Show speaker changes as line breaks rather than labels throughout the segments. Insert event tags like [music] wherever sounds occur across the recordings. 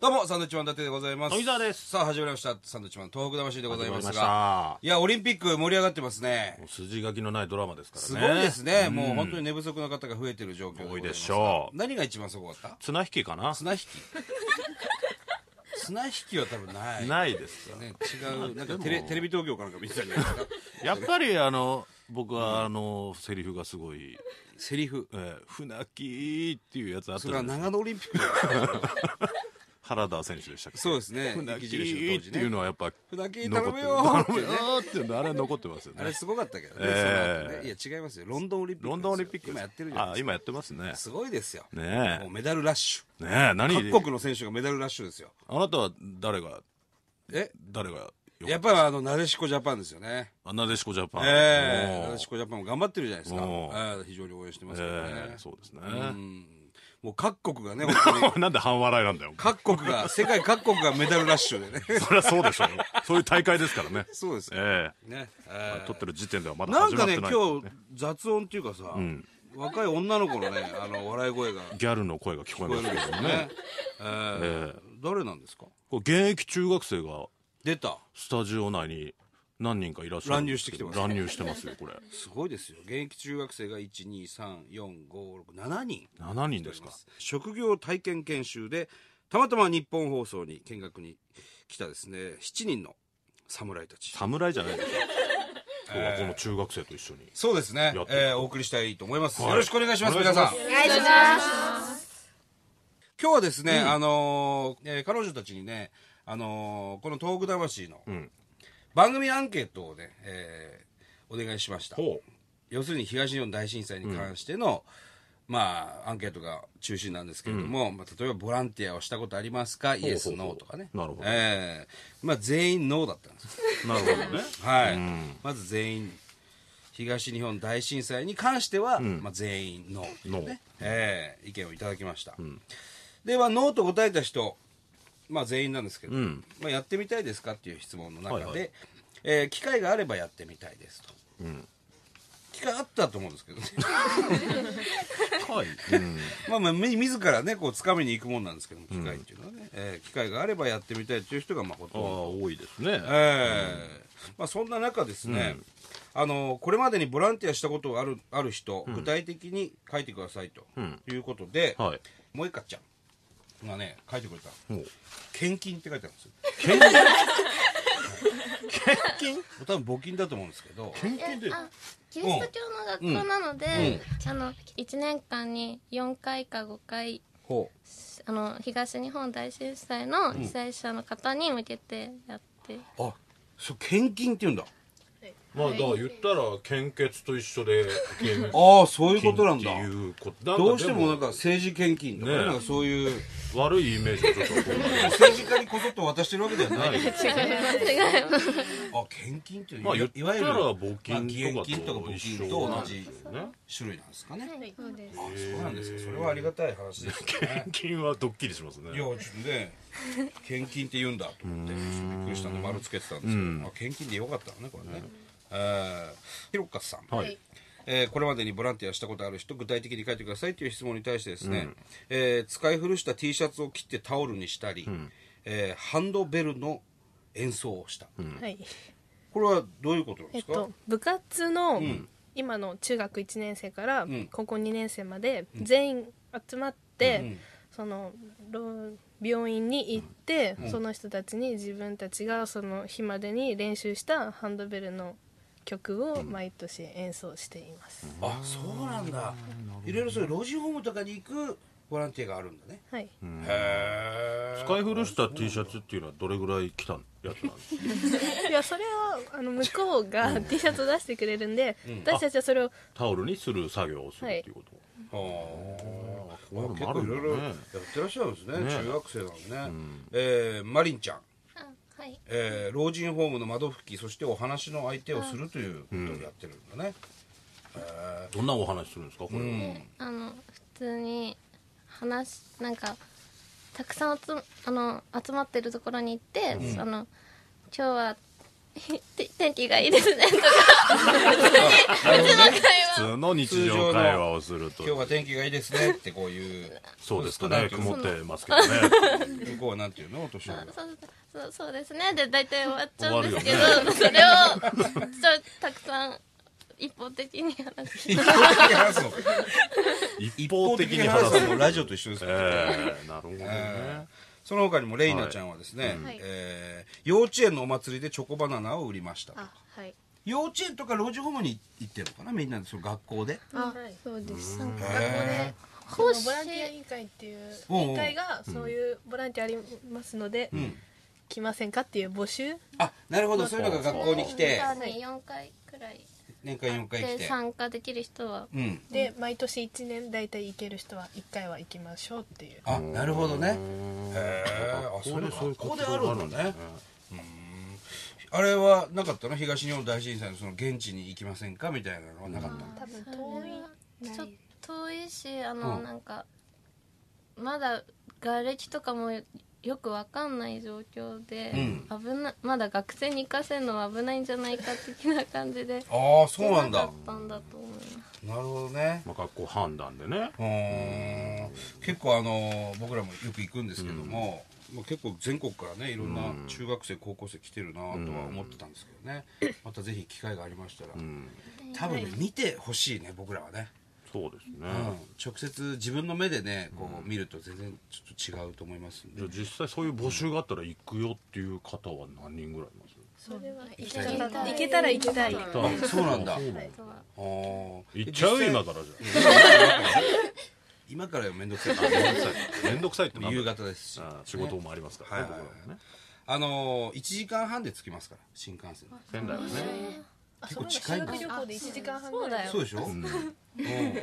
どうも、サンドウィッチマン伊達でございます。
富澤です
さあ、始まりました。サンドウィッチマン東北魂でございます
始まりま
が。いや、オリンピック盛り上がってますね。
筋書きのないドラマですからね
すごいですね。もう本当に寝不足の方が増えてる状況
多いでしょ
う。何が一番すごかった
綱引きかな
綱引き。綱引きは多分ない。
ないですか
[laughs] ね、違う。なんかテレテレビ東京かなんか見てたんじゃないですか。
やっぱりあの僕はあのセリフがすごい
セリフ
「え。ー船木」っていうやつあった
そ
じ
れ
ゃ
は
ないで
長
すか
野オリンピックじゃないですか
原田選手でしたっけ
そうです
[laughs]
ね。
船木
雪印の当時
っ
ね
ていうのはやっぱ
船木
残
頼
っ
む
てる
よーってね
頼むよーっていうのあれ残ってますよ
[laughs] あれ
ね
すごかったけどね。
ええ
その後ねいや、違いますよ。ロンドンオリンピックですよ。
ロンドンオリンピック
今やってるじゃない
あ
ですか。
今やってますね
すごいですよ。
ね
もうメダルラッシュ。
えねえ何
各国の選手がメダルラッシュですよ。
あなたは誰が
え
誰がよ
やっぱりあの、なでしこジャパンですよね。
あなでしこジャパン
ええな
お
で
ー
しこジャパンも頑張ってるじゃないですか。
おう
ええ非常に応援してますからね。
ええそうですね。
うんもう各国がね、本当に
[laughs] なんで半笑いなんだよ
各国が、世界各国がメダルラッシュでね。
[laughs] そりゃそうでしょうそういう大会ですからね
そうですね。
ええ
ね
まあ
ええ
撮ってる時点ではまだ
なん
始ま
か
って
ね、
ない
今日、雑音っていうかさ、若い女の子のね、あの、笑い声が。
ギャルの声が聞こえますけどね
ね。えー誰なんですか
これ現役中学生が
出た。
スタジオ内に何人かいらっしゃる
乱入してきてます
乱入してますよこれ
すごいですよ。現役中学生が1、2、3、4、5、6、7人。
7人ですか
職業体験研修で、たまたま日本放送に見学に来たですね、7人の侍たち。
侍じゃないでしょ今日はこの中学生と一緒に
そうですね
やってる
えーお送りしたいと思います。
はい
よろしくお願いします、
お願い
皆
しま
さ
す
ん。今日はですね、あのーえー彼女たちにね、あのーこの東北魂の
ん
番組アンケートをね、えーお願いしました。
ほ
要するに東日本大震災に関しての、まあ、アンケートが中心なんですけれども、まあ、例えばボランティアをしたことありますか、イエス、ノーとかね。
なるほど
えーまあ、全員ノーだったんです。
うなるほどね
はい。まず全員、東日本大震災に関しては、まあ、全員ノー、
[laughs] ノー
えー意見をいただきました。では、ノーと答えた人、まあ、全員なんですけど、
うん
まあ、やってみたいですかっていう質問の中で、
はいはい
えー機会があればやってみたいですと。
うん
機会あったと思うんですけどね。 [laughs]
はいうん
まあまあ、み自らね、こう、掴みに行くもんなんですけども、機会っていうのはね、えー機会があればやってみたいという人が、まあ、ほ
ああ
とんど。
多いですね
ええまあ、そんな中ですね、あの、これまでにボランティアしたことがある、ある人、具体的に書いてくださいと、
うん
いうことで、
はい
もえかちゃんがね、書いてくれた。
もう
献金って書いてあるんですよ。
献金
多分募金だと思うんですけど、
献金で
あキリスト教の学校なので、あの1年間に4回か5回
ほう。
あの東日本大震災の被災者の方に向けてやって、
あ、そう、献金って言うんだ。
まあだから言ったら献血と一
[laughs]
緒で献
ああ、そういう
金
ことなんだ。
っていうことなんか
どうして
で
もなんか政治献金とかね、
ねえ
なんかそういう、
悪いイメージがちょっと
政治家にこそっと渡してるわけでは
[laughs]
ない。
違います
あ、献金という、
まあ言っ
い
た
わ
ら
ゆる
募
まあ
金と
義
か
援金とか
と
募
一
金
緒
と
な
同
んで
じ
すよね
種類なんですかね。
そうです
あ、そうなんですか。それはありがたい話ですよ
[laughs]
ね。
献金はドッキリしますね
いや、ちょっとね、献金って言うんだと思って、びっくりしたんで丸つけてたんですけど、あ献金でよかったのね、これね。えーひろかさん。
はい
えーこれまでにボランティアしたことある人、具体的に書いてくださいという質問に対してですね、えー使い古した T シャツを切ってタオルにしたり、えーハンドベルの演奏をした。
はい、
これはどういうことなん
え
で
っ
すか
と、部活の今の中学1年生から
ん
高校2年生まで全員集まって、そのろ病院に行って、その人たちに自分たちがその日までに練習したハンドベルの曲を毎年演奏しています、
あそうなんだいろいろそういう老人ホームとかに行くボランティアがあるんだね、
はい、
へえ
使い古した T シャツっていうのはどれぐらい来たやつなんですか
[laughs] いやそれはあの向こうが T シャツを出してくれるんで、私たちはそれを
タオルにする作業をするっていうこと、
あ結
こういうのもあ
構い
る
ろいろ
んだ
や
ね
ってらっしゃるんですね
ね
中学生なのね、えーマリンちゃん、
あはい
えー老人ホームの窓拭きそしてお話の相手をするということをやってるんだね、
どんなお話するんですかこれは、
であの普通に話なんかたくさん集あの集まってるところに行って、あの今日はて天気がいいですねとか
なるほどね
普通の会話
普通の日常会話をすると
今日は天気がいいですねってこういう
そうですか
な
ね
んていうの
曇ってますけどね
向こうはなんていうのお年寄りは
そうそうそうそうですねで大体終わっちゃうんですけど、
終わる
それをちょたくさん一方的に話して
一方的に話すの
一
一
方
方
的
的
に
に
話
話
す
すのもラジオと一緒ですから
ええなるほどね
えーその他にもレイナちゃんはですね、
はい
えー幼稚園のお祭りでチョコバナナを売りましたと
あはい
幼稚園とか老人ホームに行ってるのかなみんなでその学校で
あそうです
なんか
へ
その
講師
ボランティア委員会っていう
おうおう
委員会がそういうボランティアありますので、
ん
来ませんかっていう募集
あなるほどそういうのが学校に来て
がね4回くらい
年間4回来
で
て
参加できる人は
うん
で毎年1年大体行ける人は1回は行きましょうっていう
あなるほどねへえあ
こ
そ
こ
れ
でそういう
学校
活
であ
動が
る
ある
ん
ん
だ
だ
ね
ね
あれはなかったの東日本大震災のその現地に行きませんかみたいなのはなかったの
多分
それは
遠い
ちょっと遠いしあの、
うん
なんかまだ瓦礫とかもよくわかんない状況で、危なまだ学生に行かせるのは危ないんじゃないか的な感じで
ああそうなんだ
行けかったんだと思います
なるほどね
まあ学校判断でね
うーん結構あの僕らもよく行くんですけども、まあ、結構全国からねいろんな中学生高校生来てるなとは思ってたんですけどね、またぜひ機会がありましたら、
うん
多分ね見てほしいね僕らはね、
そうですね
うん直接自分の目でねこう見ると全然ちょっと違うと思いますんで、
じゃあ実際そういう募集があったら行くよっていう方は何人ぐらいいます
それは行
きたい
行けたら行きたい
あそうなんだ
あそう
とは
あー
行っちゃう
で実際
今からじゃ
[laughs] 今からよめんどくさいか
あ
ら
めんどくさい面倒くさいってなんだ
夕方ですし
あ仕事もありますからね
はい
僕らもね
あの1時間半で着きますから新幹線で
仙台はね
あ
結
そ
構
の
近い
修
んだ
学旅行で1時間半ぐらい
そうでしょ、
うん
う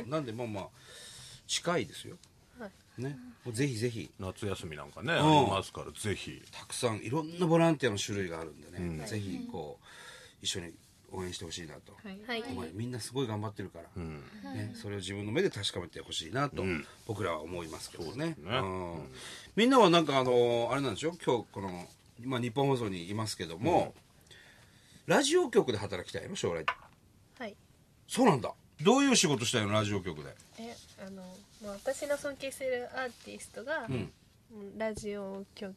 ん、なんでまあまあ近いですよ、
は
ねもうぜひぜひ
夏休みなんかねあ
ん
りますからぜひ
たくさんいろんなボランティアの種類があるんでね、ぜひこう一緒に応援してほしいなと、
はい
思いみんなすごい頑張ってるから、
ん
ね、それを自分の目で確かめてほしいなと、僕らは思いますけどね
そうですね
んみんなはなんかあのあれなんでしょ今日この、まあ、日本放送にいますけども、ラジオ局で働きたいの将来
はい
そうなんだどういう仕事したいのラジオ局で
えあのまあ私の尊敬してるアーティストが、
ん
ラジオ曲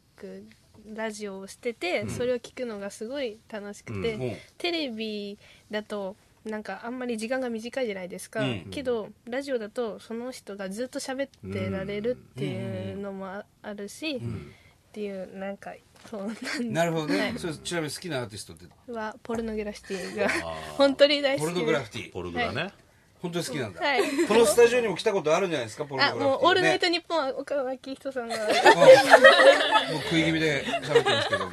ラジオをしてて、それを聞くのがすごい楽しくて、
うんうん
テレビだとなんかあんまり時間が短いじゃないですか、
うん
けどラジオだとその人がずっと喋ってられるっていうのもああるし、っていうなんかそうなん
なるほどね、
はい
それちなみに好きなアーティストって
はポルノグラフィティが
ー
[laughs] 本当に大好
ポ
き
ルノグラフィティ
ポルグラね
本当に好きなんだ、
はい
このスタジオにも来たことあるんじゃないですかポルノ
あ
グラフィティ、ね、
もう「オールナイトニッポン」は岡脇人さんが
うんもう食い気味で喋ってますけども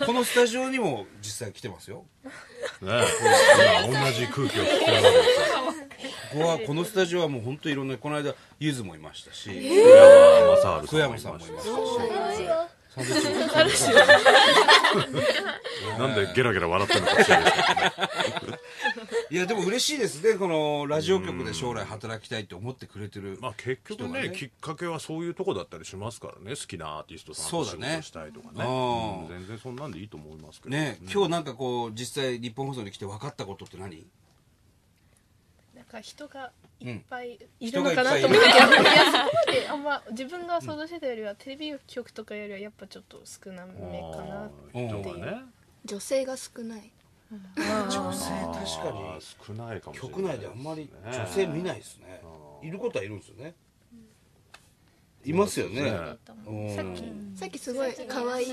[laughs] このスタジオにも実際来てますよ
ね今同じ空気を聞きながら
ここはこのスタジオはもう本当いろんなこの間ゆずもいましたし
福
福
山
山さ
雅治さん
ん
もい
も
ま
い
し
ましし
たした
サンドウィッチマン
なんでゲラゲラ笑ってるのか知らないですけどね
いやでも嬉しいですねこのラジオ局で将来働きたいって思ってくれてる
まあ結局
人
ね
がね
きっかけはそういうとこだったりしますからね好きなアーティストさんと仕
そうだね
事したいとか
あ
ね
ー
うん全然そんなんでいいと思いますけど
ね今日なんかこう実際日本放送に来て分かったことって何
なんか人がいっぱいいるのかなと思っ
人がい
て
っ
あんま自分が想像してたよりはテレビ局とかよりはやっぱちょっと少な
あ
めかなって
ー
うん
人がね
女性が少ない
女性確か
あ
に
ー少ないかもしれない
局内であんまり女性見ないですねいることはいるんですよねいますよねうん
さっきすごい可愛い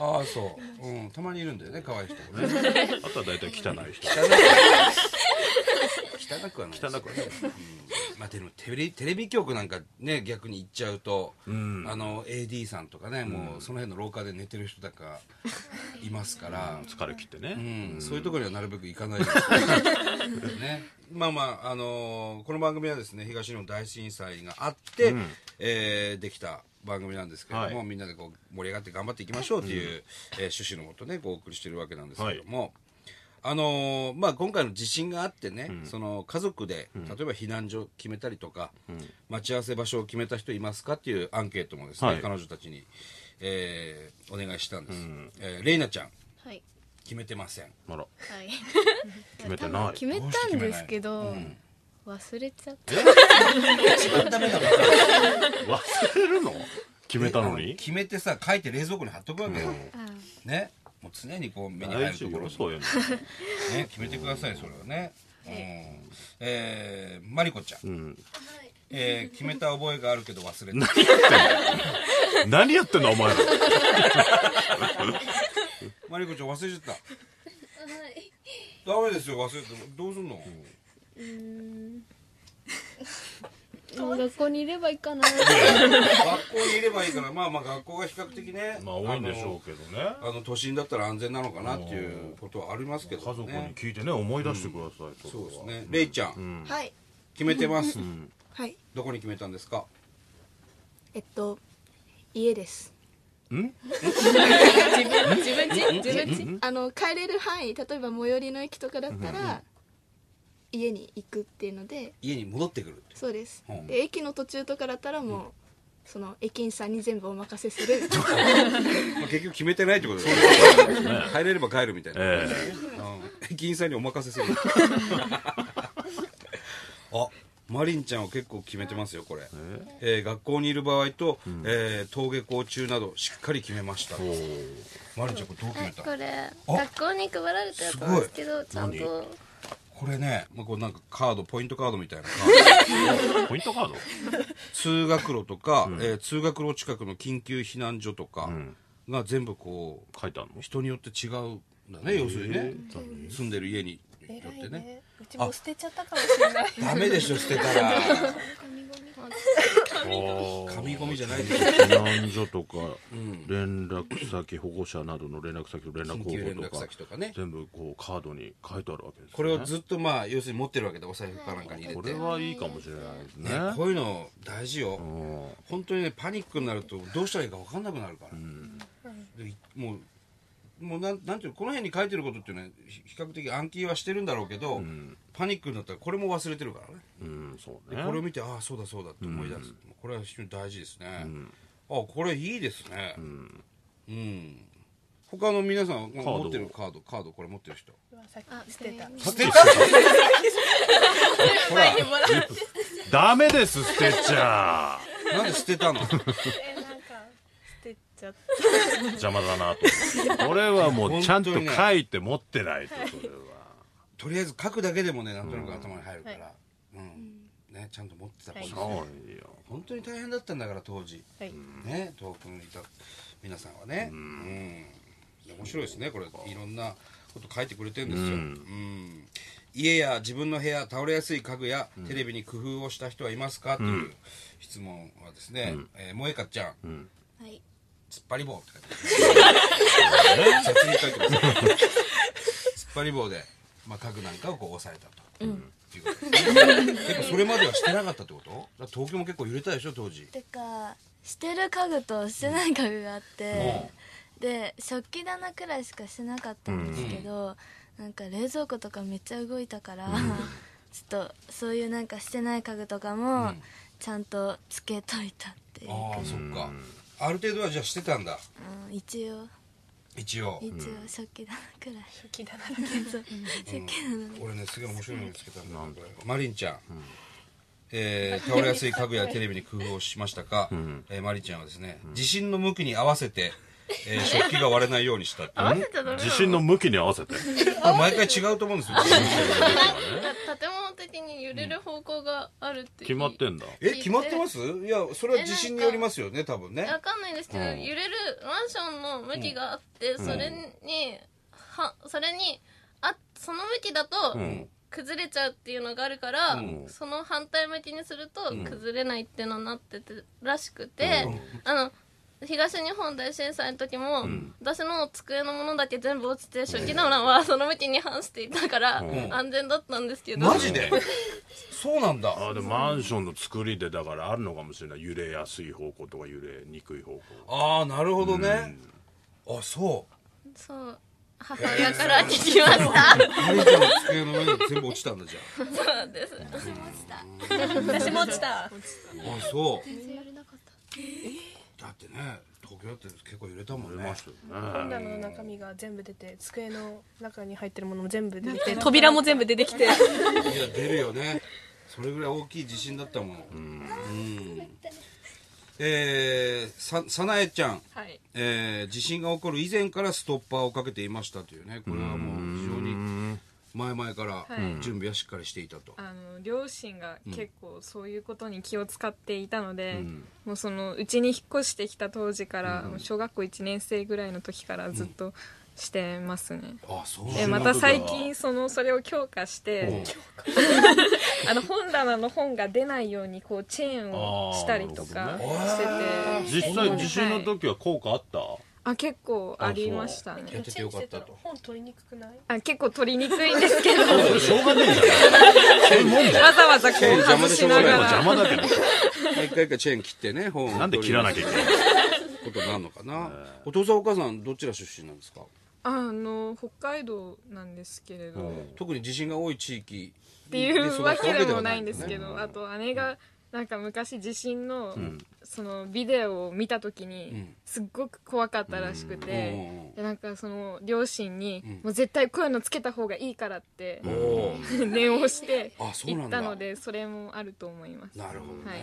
ああそう、うん、たまにいるんだよね可愛い人もね
あとは大体汚い人
汚くはないです
汚くはない
うんまあでもテレテレビ局なんかね逆に行っちゃうと、
ん
あの AD さんとかねもうその辺の廊下で寝てる人だかいますから、
疲れ切って
う
ね
んそういうところにはなるべく行かないようにね。まあまあ、あのーこの番組はですね、東日本大震災があって、えーできた番組なんですけれども、
はい
みんなでこう盛り上がって頑張っていきましょうという、えー趣旨のもとね、こうお送りしてるわけなんですけれども、あのーまあ、今回の地震があってね、
うん
その家族で、例えば避難所決めたりとか、待ち合わせ場所を決めた人いますかっていうアンケートもですね、
はい
彼女たちに、えーお願いしたんです、
うん
えーレイナちゃん
はい
決めてません
あら
はい
決めてない
決めたんですけど、
うん
忘れちゃった
一番ダメだもん
忘れるの決めたの
えあ
に
[laughs] 決めてさ書いて冷蔵庫に貼っとくわけよ、
あ
ねもう常にこう目に入
大
るとこ
事
ろ
よ
に
そういうの
ね決めてくださいそれはねうんえー、マリコちゃん、
うん
えー決めた覚えがあるけど忘れて
何やってんの何やってんのお
[laughs]
前ら
マリコちゃん忘れちゃったダメですよ忘れてどうすんの、
もう学校にいればいいかな。
学校にいればいいからまあまあ学校が比較的ね
まあ多いんでしょうけどね
あのあの都心だったら安全なのかなっていうことはありますけ
家
ど
族
ね
に聞いてね思い出してくださいれは
そうですねレイちゃん、
うん
はい。
決めてます、
うん
はい。
どこに決めたんですか
えっと、家です。
うん
[laughs] 自分ち自分ち
あの、帰れる範囲、例えば最寄りの駅とかだったら、家に行くっていうので、
家に戻ってくるって
そうです
うん。
で、駅の途中とかだったらもう、その駅員さんに全部お任せする。
まあ、結局決めてないってことですね帰れれば帰るみたいな、
え
うん駅員さんにお任せするあマリンちゃんは結構決めてますよこれ、えー学校にいる場合と、えー登下校中などしっかり決めましたマリンちゃんこれどう決めた
これ学校に配られたやつなんですけどちゃんと
これね、まあ、こうなんかカードポイントカードみたいなカード
[laughs] えポイントカード
通学路とか、えー通学路近くの緊急避難所とか
ん
が全部こう
書いてあるの
人によって違うんだね要するにね住んでる家によ
偉
って
い
ね
ねうちも捨てちゃったかもしれない
ダメでしょ捨てたら
[laughs]
紙
紙
ゴミじゃないけど
避難所とか
ん
連絡先保護者などの連絡先と連絡
緊急連
方法
絡
とか
先とかね
全部こうカードに書いてあるわけですね
これをずっとまあ要するに持ってるわけでお財布かなんかに入れ
こ
て
れはいいかもしれないですね
ねこういうの大事よ
うん
本当にねパニックになるとどうしたらいいか分かんなくなるから、でいもうもうなんなんていうのこの辺に書いてることっていうのはひ比較的暗記はしてるんだろうけど、パニックになったらこれも忘れてるからね
うんそう
で
ね
これを見てああそうだそうだって思い出す、これは非常に大事ですね、あこれいいですねうん、他の皆さん
ードを
持ってるカードカードこれ持ってる [laughs] 人
うわさっき捨て [laughs] た
捨てたほら
ダメです捨てちゃ
なんで捨てたの
えなんか捨てちゃっ
邪魔だなとこれはもうちゃんと書いて持ってないとそれは
とりあえず書くだけでもねなんとなく頭に入るから、うんね、ちゃんと持ってた方がいいですね、
そうよ
本当に大変だったんだから当時
たはい
ね東京にいた皆さんはね、うん面白いですねこれいろんなこと書いてくれてるんですよ、うん家や自分の部屋倒れやすい家具や、テレビに工夫をした人はいますかという質問はですね、えー萌香ちゃん、
はい。
突っ張り棒って書いてます。 [laughs] 説明書いてます。突っ張り棒で、まあ、家具なんかをこう押さえたと。っていうこと [laughs] ですね結構それまではしてなかったってことだから東京も結構揺れたでしょ当時
[laughs] てかしてる家具としてない家具があって、で食器棚くらいしかしてなかったんですけど、なんか冷蔵庫とかめっちゃ動いたから、ちょっとそういうなんかしてない家具とか
う
も
ん
ちゃんとつけといたっていう
あ
か
あ、そっかある程度はじゃあしてたんだ
うん一応
一応
一応食器棚くらい、
書きだな
そう食器棚
俺ねすげえ面白いの見つけたんだけどマリンちゃん、えー倒れやすい家具やテレビに工夫をしましたか、えーマリンちゃんはですね、地震の向きに合わせて、えー [laughs] 食器が割れないようにしたって
地震の向きに合わせて
これ毎回違うと思うんですよ地震の向きがね
だ建物的に揺れる方向があるって
決まってんだ
え決まってますいやそれは地震によりますよね多分ね
[laughs] わかんないですけど、
うん
揺れるマンションの向きがあって、それにはそれにあその向きだと
ん
崩れちゃうっていうのがあるから、
ん
その反対向きにすると崩れないっていうのになっててらしくて、あの東日本大震災の時も、私の机のものだけ全部落ちて初期の欄はその向きに反していたから、
ん
安全だったんですけど
マジでそうなんだ
あでもマンションの作りでだからあるのかもしれない揺れやすい方向とか揺れにくい方向
ああなるほどねあそう
そう母親から聞きました。
マリちゃんの机の上に全部落ちたんだじゃ
そうなんです。
私も落ち
あ。
た
あ、そう。
全然やれなかった
だってね、東京だって結構揺れたもん
売
ね。
れますよ
本
ね
棚の中身が全部出て机の中に入ってるものも全部出てきて扉も全部出てきて
いや出るよねそれぐらい大きい地震だったもんうん、えー、ささなえちゃん、
はい。
えー地震が起こる以前からストッパーをかけていましたというねこれはもう非常に前々から準備はしっかりしていたと、
あの両親が結構そういうことに気を使っていたので、もうそのうちに引っ越してきた当時から、もう小学校1年生ぐらいの時からずっとしてますね、
あそうなん
で
だ
また最近そのそれを強化して [laughs] あの本棚の本が出ないようにこうチェーンをしたりと
あーな
か
る
してて
実際地震の時は効果あった
あ結構ありましたね
やっててよかったと
本取りにくくない
あ結構取りにくいんですけど
しょうがねえじゃん
[laughs] わざわざこ
チェーン
う
邪魔
外
でしょ
し
うが
な
ない
が
もん
邪魔
ら
だけど
一回一回チェーン切ってね本を
なんで切らなきゃいけない
取り出すことになるのかな、お父さんお母さんどちら出身なんですか
あの北海道なんですけれど、
特に地震が多い地域
っていうわけでもないんです
ね
けどあと姉がなんか昔地震のそのビデオを見た時に
ん
すっごく怖かったらしく
うんうんう
て
ん
でなんかその両親に
ん
もう絶対こういうのつけた方がいいからって
おお
[laughs] 念をして
あそう
行
な
っ
んだ
たのでそれもあると思います
なるほどね、、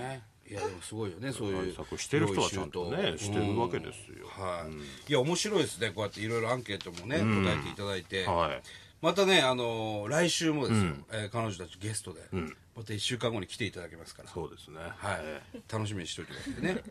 はい
やでもすごいよねそうい
対
う
策してる人はちゃんとねしてるわけですよ
うんはい、いや面白いですねこうやっていろいろアンケートもね、
ん
答えていただいて、
はい
またねあのー来週もですよ、
うん
えー彼女たちゲストで、
うん
また1週間後に来ていただけますから
そうですね
はい、楽しみにしておいてくださいね